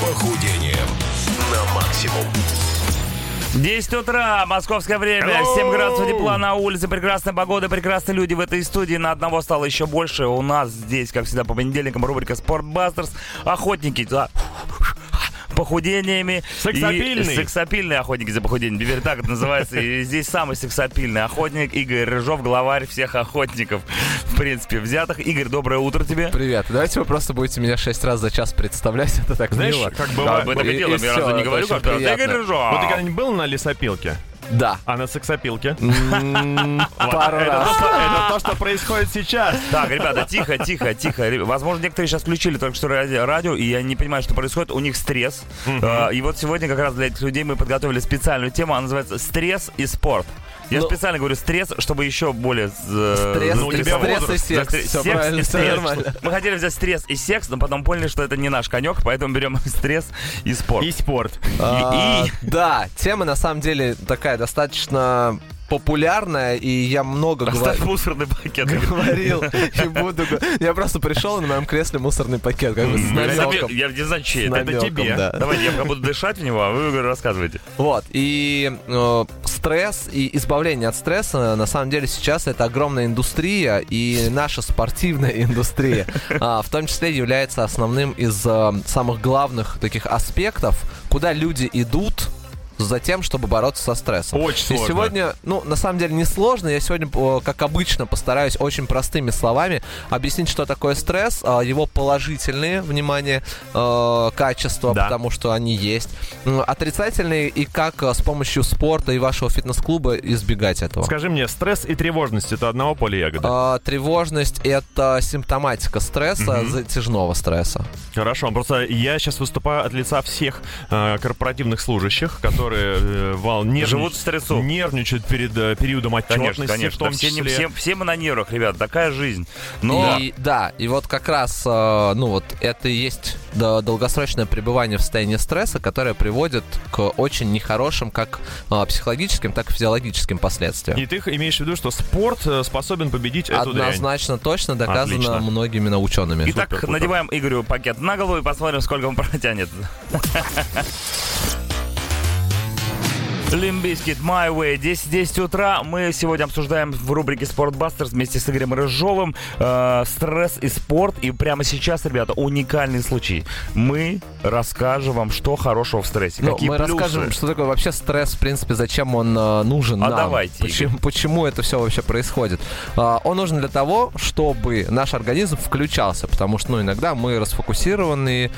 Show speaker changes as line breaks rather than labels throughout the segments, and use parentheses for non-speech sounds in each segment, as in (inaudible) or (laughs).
Похудением на максимум.
10 утра, московское время,
Hello.
7 градусов тепла на улице, прекрасная погода, прекрасные люди в этой студии. На одного стало еще больше. У нас здесь, как всегда, по понедельникам рубрика «Спортбастерс». Охотники за похудениями. и-
Сексапильный.
сексапильные охотники за похудением. Теперь так это называется. И здесь самый сексапильный охотник Игорь Рыжов, главарь всех охотников, в принципе, взятых. Игорь, доброе утро тебе.
Привет. Давайте вы просто будете меня шесть раз за час представлять. (laughs) Это так
Знаешь,
мило.
как
Да,
бывает...
мы так и
И-
делаем.
и
Я
всё,
разве не
это
говорю,
очень
как раз? Игорь
приятно.
Рыжов.
Вот ты когда-нибудь был на лесопилке?
Да.
А на сексопилке? (laughs)
Пару
Это то,
раз.
что- это то, что происходит сейчас.
Так, ребята, тихо, тихо, тихо. Ре- Возможно, некоторые сейчас включили только что ради- радио, и я не понимаю, что происходит. У них стресс. Э, И вот сегодня как раз для этих людей мы подготовили специальную тему. Она называется «Стресс и спорт». Я
Ну-
специально говорю «стресс», чтобы еще более... э,
Стресс,
ну, у тебя
стресс и
возраст.
секс. Все правильно, все нормально.
Мы хотели взять стресс и секс, но потом поняли, что это не наш конек, поэтому берем (laughs) стресс и спорт.
И спорт.
А,
и-
Да, тема на самом деле такая достаточно популярная, и я много
Оставь
(laughs) говорю.
мусорный пакет.
говорил и буду. го- Я просто пришел, и на моем кресле мусорный пакет, как бы с
Я
намеком.
я не знаю, чей
С
это.
намеком,
тебе.
да.
Давайте, я пока буду дышать в него, а вы Игорь, рассказывайте.
Вот, и э, стресс, и избавление от стресса, на самом деле сейчас это огромная индустрия, и наша спортивная (laughs) индустрия, а, в том числе является основным из э, самых главных таких аспектов, куда люди идут за тем, чтобы бороться со стрессом.
Очень сложно.
И сегодня, ну, на самом деле не сложно. Я сегодня, э, как обычно, постараюсь очень простыми словами объяснить, что такое стресс, а, его положительные, внимание, э, качества,
Да.
потому что они есть, м, отрицательные и как э, с помощью спорта и вашего фитнес-клуба избегать этого.
Скажи мне, стресс и тревожность — это одного поля ягоды?
Э, тревожность — это симптоматика стресса, затяжного стресса.
Хорошо, просто я сейчас выступаю от лица всех э, корпоративных служащих, которые э, Вал нервнич-
Живут в стрессу.
нервничают перед э, периодом отчетности,
Конечно,
в
конечно.
том
Да все, не-
числе.
все- все мы на нервах, ребят, такая жизнь.
Ну
Но
И, да, и вот как раз, э, ну вот, это и есть да, долгосрочное пребывание в состоянии стресса, которое приводит к очень нехорошим как э, психологическим, так и физиологическим последствиям.
И ты имеешь в виду, что спорт э, способен победить эту дрянь?
Однозначно, точно доказано
Отлично.
многими научеными.
итак,
супер, круто.
надеваем Игорю пакет на голову и посмотрим, сколько он (laughs) протянет. Лимбискит My Way. 10-10 утра. Мы сегодня обсуждаем в рубрике Спортбастерс вместе с Игорем Рыжовым э, стресс и спорт. И прямо сейчас, ребята, уникальный случай. Мы расскажем вам, что хорошего в стрессе.
Ну,
какие
мы
плюсы.
расскажем, что такое вообще стресс, в принципе, зачем он э, нужен
А
нам.
давайте, Игорь.
Почему, почему это все вообще происходит? А, он нужен для того, чтобы наш организм включался, потому что, ну, иногда мы расфокусированы, э,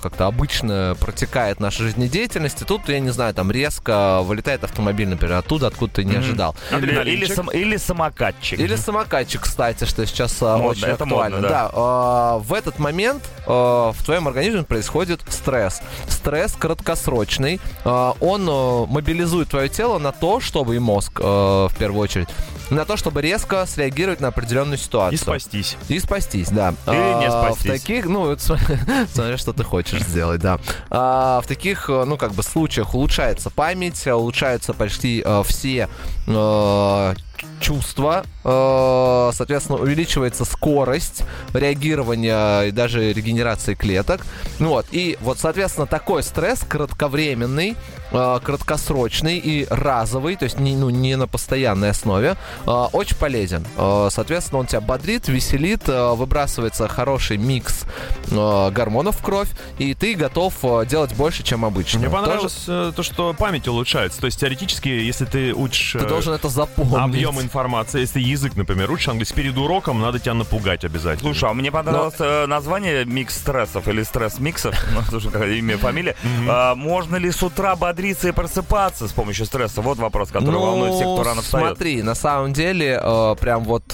как-то обычно протекает наша жизнедеятельность, и тут, я не знаю, там резко вылетает автомобиль, например, оттуда, откуда ты не ожидал.
Или, или
Адреналинчик.
сам- или самокатчик.
Или самокатчик, кстати, что сейчас а,
Модно,
очень
это
актуально.
модно, да.
да. а, в этот момент а, в твоем организме происходит стресс. Стресс краткосрочный. А, он а, мобилизует твое тело на то, чтобы и мозг а, в первую очередь, на то, чтобы резко среагировать на определенную ситуацию.
И спастись.
И спастись, да.
Или не
А,
спастись.
В таких, ну, это см- (laughs) смотря что ты хочешь сделать, да. А, В таких, э, ну, как бы случаях улучшается память, э, улучшаются почти э, все э, чувства, э, соответственно, увеличивается скорость реагирования и даже регенерации клеток. Ну Вот. И вот, соответственно, такой стресс кратковременный, э, краткосрочный и разовый, то есть не, ну, не на постоянной основе, э, очень полезен. Э, Соответственно, он тебя бодрит, веселит, э, выбрасывается хороший микс э, гормонов в кровь, и ты готов э, делать больше, чем обычно.
Мне
Тоже
понравилось э, то, что память улучшается. То есть теоретически, если ты учишь...
Ты
э,
должен это запомнить.
Объем информации, если язык, например, учишь английский, перед уроком надо тебя напугать обязательно.
Слушай, а мне понравилось э, название микс стрессов или стресс миксов, (laughs) ну, слушай, как имя, фамилия. А, Можно ли с утра бодриться и просыпаться с помощью стресса? Вот вопрос, который волнует всех, кто рано встает.
Ну, Смотри, на самом деле, э, прям вот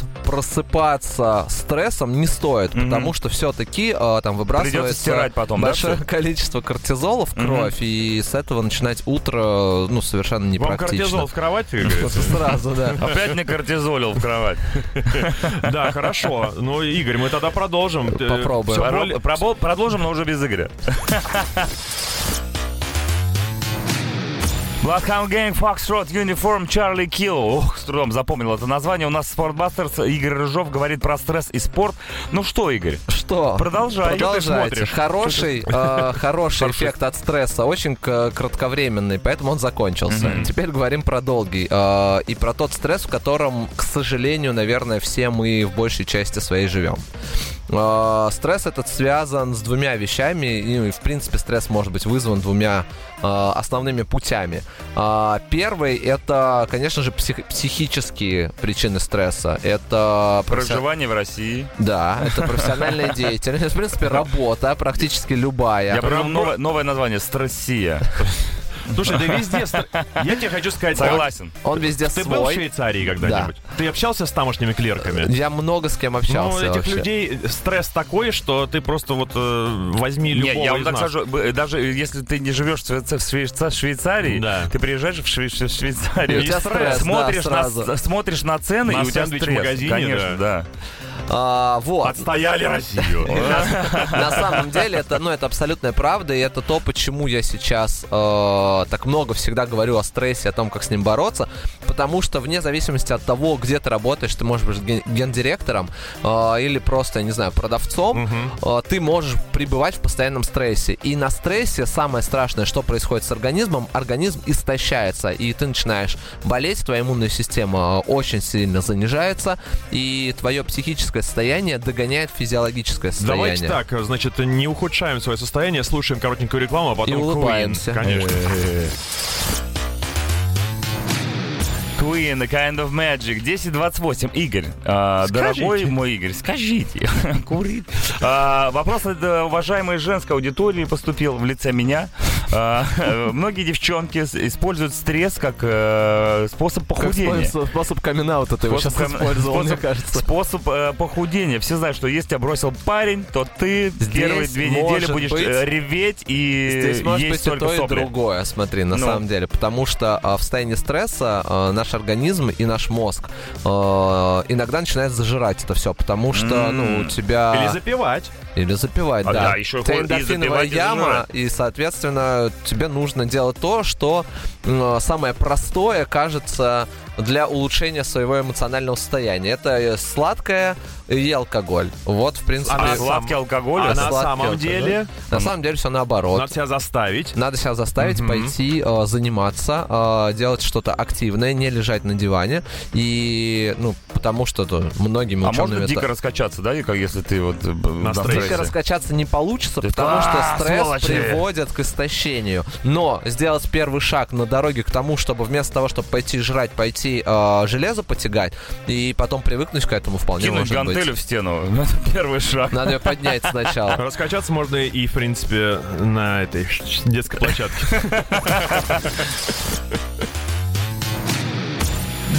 просыпаться стрессом не стоит,
Мгм.
потому что все-таки там выбрасывается
Придется стирать потом, да,
большое
всё?
количество кортизола в кровь, и с этого начинать утро, э, ну, совершенно
Вам кортизол
непрактично.
в кровати, как
Ну
(laughs)
говорится?
Сразу, да.
Опять не кортизолил в кровать.
Да, хорошо. Ну, Игорь, мы тогда продолжим. Э,
Попробуем.
всё
Про-
более-
пробо- Продолжим, но уже без Игоря. (laughs) Bloodhound Gang, Foxtrot, Uniform, Charlie Kill. Ох, с трудом запомнил это название. У нас Спортбастерс. Игорь Рыжов говорит про стресс и спорт. Ну что, Игорь?
Что?
Продолжай.
Продолжайте.
Что ты смотришь?
Хороший, э, хороший эффект от стресса, очень к- кратковременный, поэтому он закончился. Теперь говорим про долгий э, и про тот стресс, в котором, к сожалению, наверное, все мы в большей части своей живем. Э, Стресс этот связан с двумя вещами, и, в принципе, стресс может быть вызван двумя э, основными путями. А, Первый — это, конечно же, псих- психические причины стресса. Это профессион-
Проживание в России.
да,
(laughs)
это профессиональная деятельность. В принципе, работа практически любая.
Я придумал новое, новое название. Стрессия.
Слушай, да везде...
(laughs)
стр- Я тебе хочу сказать...
Согласен.
Он везде
Ты был в
свой.
Швейцарии когда-нибудь? Ты общался с тамошними клерками?
Я много с кем
Ну,
общался
этих
вообще.
людей стресс такой, что ты просто вот э, возьми любого
Нет, я вам
из
так
нас.
скажу, б- даже если ты не живешь в Шве- в Шве- в Швейцарии,
Да.
ты приезжаешь в, Шве- в Швейцарию,
И у тебя стресс, да,
смотришь, на,
сразу.
смотришь на цены,
На
и у тебя
сэндвич в
стресс.
магазине,
Конечно, да.
А, вот.
Отстояли
(laughs)
Россию.
На самом деле, это, ну, это абсолютная правда, и это то, почему я сейчас э, так много всегда говорю о стрессе, о том, как с ним бороться, потому что вне зависимости от того, где ты работаешь, ты можешь быть ген- гендиректором э, или просто, я не знаю, продавцом, э, ты можешь пребывать в постоянном стрессе. И на стрессе самое страшное, что происходит с организмом, организм истощается, и ты начинаешь болеть, твоя иммунная система э, очень сильно занижается, и твое психическое состояние догоняет физиологическое
Давайте
состояние.
так, значит, не ухудшаем свое состояние, слушаем коротенькую рекламу, а потом
И
Queen,
улыбаемся.
Конечно.
Queen, A Kind of Magic, 10.28. Игорь, а,
Скажите.
дорогой мой Игорь, скажите, (laughs) курит. А, вопрос от э, уважаемой женской аудитории поступил в лице меня. А, (laughs) э, многие девчонки с- используют стресс как э, способ похудения.
Способ, способ камин-аута ты его сейчас
Способ-
использовал, мне
способ-
кажется.
Способ э, похудения. Все знают, что если тебя бросил парень, то ты
Здесь
первые две
может
недели будешь
быть-
э, реветь и
Здесь может
есть
быть и
только
то, и
сопли.
другое, смотри, на
Ну.
самом деле. Потому что а, в состоянии стресса а, наш организм и наш мозг а, иногда начинает зажирать это все, потому что,
М.
ну, у тебя...
Или запивать.
Или запивать,
А,
да.
да, ещё
У тебя
и
эндорфиновая
запивать, и
яма,
зажирать.
и, соответственно, тебе нужно делать то, что м, самое простое кажется для улучшения своего эмоционального состояния. Это э, сладкое и алкоголь. Вот, в принципе... э,
А
А
на
сладкий
самом-
алкоголь,
а
а
на
сладкий
самом
алкоголь.
деле
На самом деле все наоборот.
надо себя заставить.
Надо себя заставить пойти э, заниматься, э, делать что-то активное, не лежать на диване. И, ну, потому что то, многими
А
учеными...
можно
это-
дико раскачаться, да, и как если ты вот э, б-
На
на
стрессе.
Дико
стрессе?
раскачаться не получится,
Ты
потому
такой,
что
«А,
стресс
сволочи!»
приводит к истощению. Но сделать первый шаг на дороге к тому, чтобы вместо того, чтобы пойти жрать, пойти э, железо потягать и потом привыкнуть к этому вполне
Кинуть
может
гантелю
быть.
в стену. Ну, Это первый шаг.
Надо ее поднять
(laughs)
сначала.
Раскачаться можно и, в принципе, на этой детской площадке.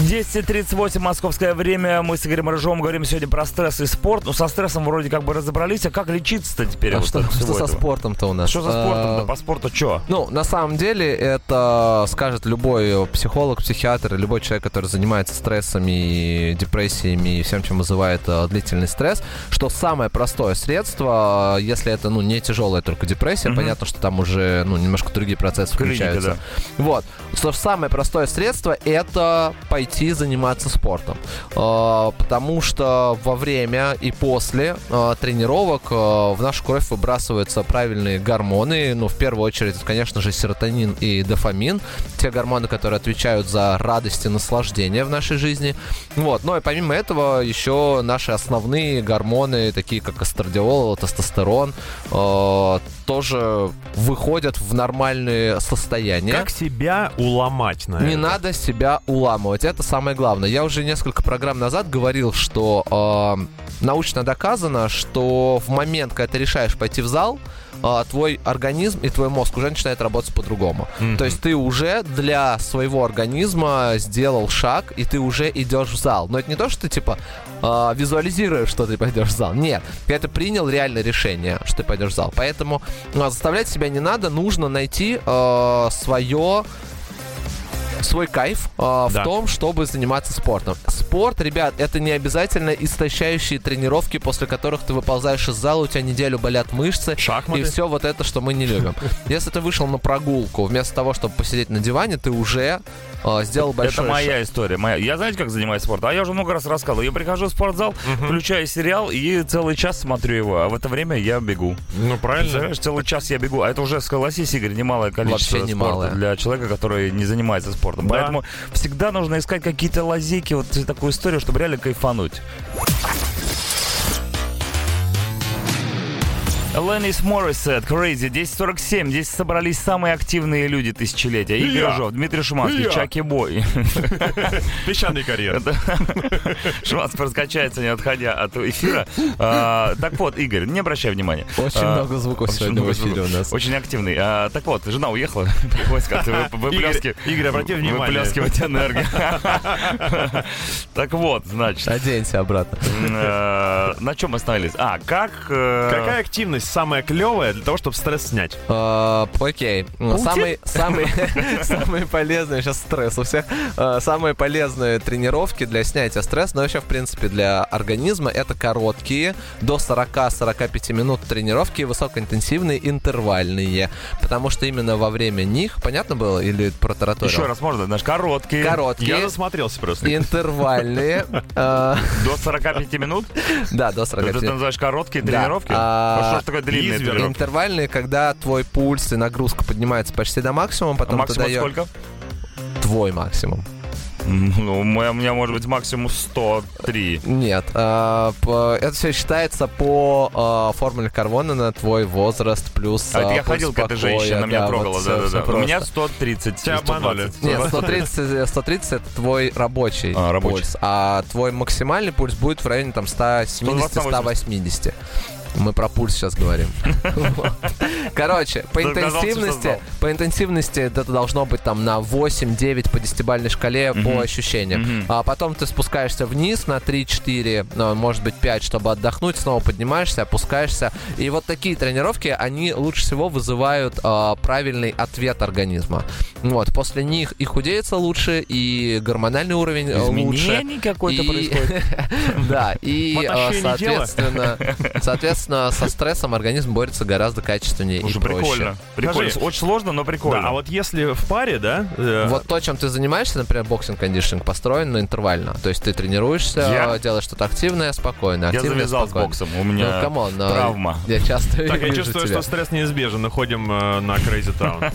10.38 московское время. Мы с Игорем Рыжовым говорим сегодня про стресс и спорт. Ну, со стрессом вроде как бы разобрались. А как лечиться-то теперь?
А
вот
Что
от всего
что со
этого?
спортом-то у нас?
Что за спортом-то?
Э,
По спорту что?
Ну, на самом деле, это скажет любой психолог, психиатр, и любой человек, который занимается стрессами, и депрессиями и всем, чем вызывает э, длительный стресс, что самое простое средство, э, если это, ну, не тяжелая только депрессия,
Мгм.
понятно, что там уже, ну, немножко другие процессы
Клиника,
включаются. Вот. Что самое простое средство это пойти заниматься спортом. Э, Потому что во время и после э, тренировок э, в нашу кровь выбрасываются правильные гормоны. Ну, в первую очередь, это, конечно же, серотонин и дофамин. Те гормоны, которые отвечают за радость и наслаждение в нашей жизни. Вот. Ну и помимо этого, еще наши основные гормоны, такие как эстрадиол, тестостерон, э, тоже выходят в нормальные состояния.
Как себя уломать на
Не
это?
надо себя уламывать, это самое главное. Я уже несколько программ назад говорил, что э, научно доказано, что в момент, когда ты решаешь пойти в зал, э, твой организм и твой мозг уже начинает работать по-другому. То есть ты уже для своего организма сделал шаг, и ты уже идешь в зал. Но это не то, что ты типа э, визуализируешь, что ты пойдешь в зал. Нет, когда ты принял реальное решение, что ты пойдешь в зал. Поэтому э, заставлять себя не надо, нужно найти свое свой кайф э, в
Да.
том, чтобы заниматься спортом. Спорт, ребят, это не обязательно истощающие тренировки, после которых ты выползаешь из зала, у тебя неделю болят мышцы.
Шахматы.
И все вот это, что мы
(laughs)
не любим. Если ты вышел на прогулку, вместо того, чтобы посидеть на диване, ты уже э, сделал большой
Это моя история. Моя. Я знаете, как занимаюсь спортом? А я уже много раз рассказывал. Я прихожу в спортзал, включаю сериал и целый час смотрю его. А в это время я бегу.
Ну, правильно.
Представляешь, целый час я бегу. А это уже, согласись, Игорь, немалое количество
Вообще
спорта
немалое.
для человека, который не занимается спортом.
Да.
Поэтому всегда нужно искать какие-то лазейки, вот такую историю, чтобы реально кайфануть. Ленис Моррисет, Crazy, 1047. Здесь собрались самые активные люди тысячелетия. Игорь
Я.
Рыжов, Дмитрий Шуманский,
Я.
Чаки Бой.
Песчаный карьер.
(laughs)
Это- Шмац проскочается, не отходя от эфира. А, Так вот, Игорь, не обращай внимания.
Очень
А,
много звуков
очень
сегодня в
много
эфире у
звуков.
нас.
Очень активный. А, Так вот, жена уехала. (laughs) Приходится как-то вы- выплески-
Игорь, Игорь, обрати внимание.
выплескивать энергию.
(laughs)
Так вот, значит,
Оденься обратно.
э, на чем мы остановились? А, как... э,
Какая активность самая клевая для того, чтобы стресс снять?
Э, Окей. Ну, Самые, (laughs) самые, самые полезные, сейчас стресс у всех, Э, самые полезные тренировки для снятия стресса, но вообще, в принципе, для организма, это короткие, до 40-45 минут тренировки, и высокоинтенсивные, интервальные. Потому что именно во время них, понятно было, или протараторил?
Еще раз можно, наш короткий.
Я
Короткие,
засмотрелся просто.
интервальные, э, (laughs)
До 45 минут?
да, до
Это
45
ты называешь короткие
Да.
тренировки?
А,
А что ж такое длинные
изверг.
тренировки?
Интервальные, когда твой пульс и нагрузка поднимаются почти до максимума, потом
А Максимум
ты даешь
сколько?
твой максимум.
М, Ну, у меня у меня может быть максимум 103.
Нет, а, по- это все считается по а, формуле Карвона на твой возраст плюс.
А это
а,
я
пульс
ходил к этой
покоя,
женщине, она меня
да,
трогала.
вот всё-
да, да,
всё
да. У меня
просто.
130.
Тебя обманули.
120.
Нет, 130, 130 это твой рабочий,
А, рабочий.
пульс, а твой максимальный пульс будет в районе там 170-180. Мы про пульс сейчас говорим. (laughs) Вот. Короче, по
Догадался, что
интенсивности,
знал.
по интенсивности это должно быть там на 8-9 по десятибальной шкале по ощущениям.
Мгм.
А потом ты спускаешься вниз на 3-4, ну, может быть 5, чтобы отдохнуть, снова поднимаешься, опускаешься. И вот такие тренировки, они лучше всего вызывают а, правильный ответ организма. Вот, после них и худеется лучше, и гормональный уровень э, лучше.
Изменений какой-то
И-
происходит.
Да, и э,
Мотощение тела.
соответственно, соответственно, со стрессом организм борется гораздо качественнее и
Слушай,
проще.
прикольно. Прикольно.
Скажи.
Очень сложно, но прикольно.
Да, а вот если в паре, да, э,
Вот то, чем ты занимаешься, например, боксинг-кондишнинг построен, но интервально. То есть ты тренируешься,
Я?
э, делаешь что-то активное, спокойно.
я
активное,
завязал с
спокойно.
боксом. У
Ну,
меня
камон, э,
травма.
Я часто
так я
вижу
чувствую, что
тебя.
стресс неизбежен. Мы ходим э, на Crazy Town.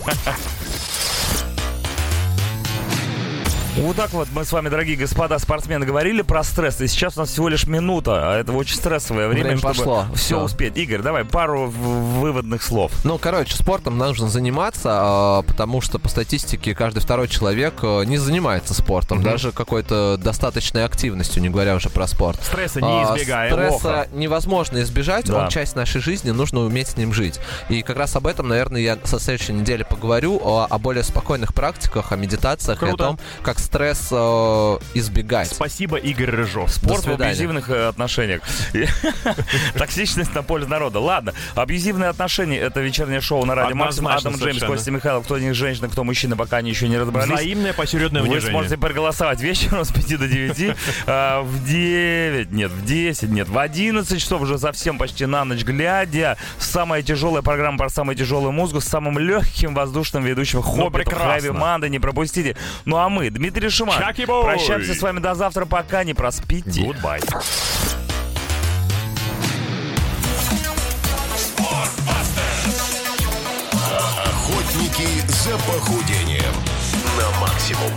Вот так вот мы с вами, дорогие господа спортсмены, говорили про стресс. И сейчас у нас всего лишь минута, а это очень стрессовое время,
Время
чтобы
пошло.
все
Всё.
успеть. Игорь, давай пару в- выводных слов.
Ну, короче, спортом нужно заниматься, э, потому что по статистике каждый второй человек э, не занимается спортом, даже какой-то достаточной активностью, не говоря уже про спорт.
Стресса не
А,
избегаем.
Стресса невозможно избежать,
Да.
он часть нашей жизни, нужно уметь с ним жить. И как раз об этом, наверное, я со следующей недели поговорю, о, о более спокойных практиках, о медитациях и о
Круто.
том, как стресс э, избегать.
Спасибо, Игорь Рыжов.
Спорт в
свидания.
абьюзивных э, отношениях. (laughs) И- Токсичность на поле народа. Ладно, абьюзивные отношения — это вечернее шоу на радио Максим.
Однозначно
Адам Джеймс,
совершенно.
Костя Михайлов. Кто из них женщина, кто мужчина, пока они еще не разобрались.
Взаимное поочередное
Вы
унижение.
сможете проголосовать вечером с 5 до 9, а, в 9, нет, в 10, нет, в 11 часов уже совсем почти на ночь глядя. Самая тяжелая программа про самую тяжелую музыку с самым легким воздушным ведущим хоббитом
Ну, прекрасно.
Хайви Манда. Не пропустите. Ну а мы, Дмитрий Шиман,
Чаки Бой.
прощаемся с вами до завтра, пока не проспите.
Goodbye.
Охотники за похудением на максимум.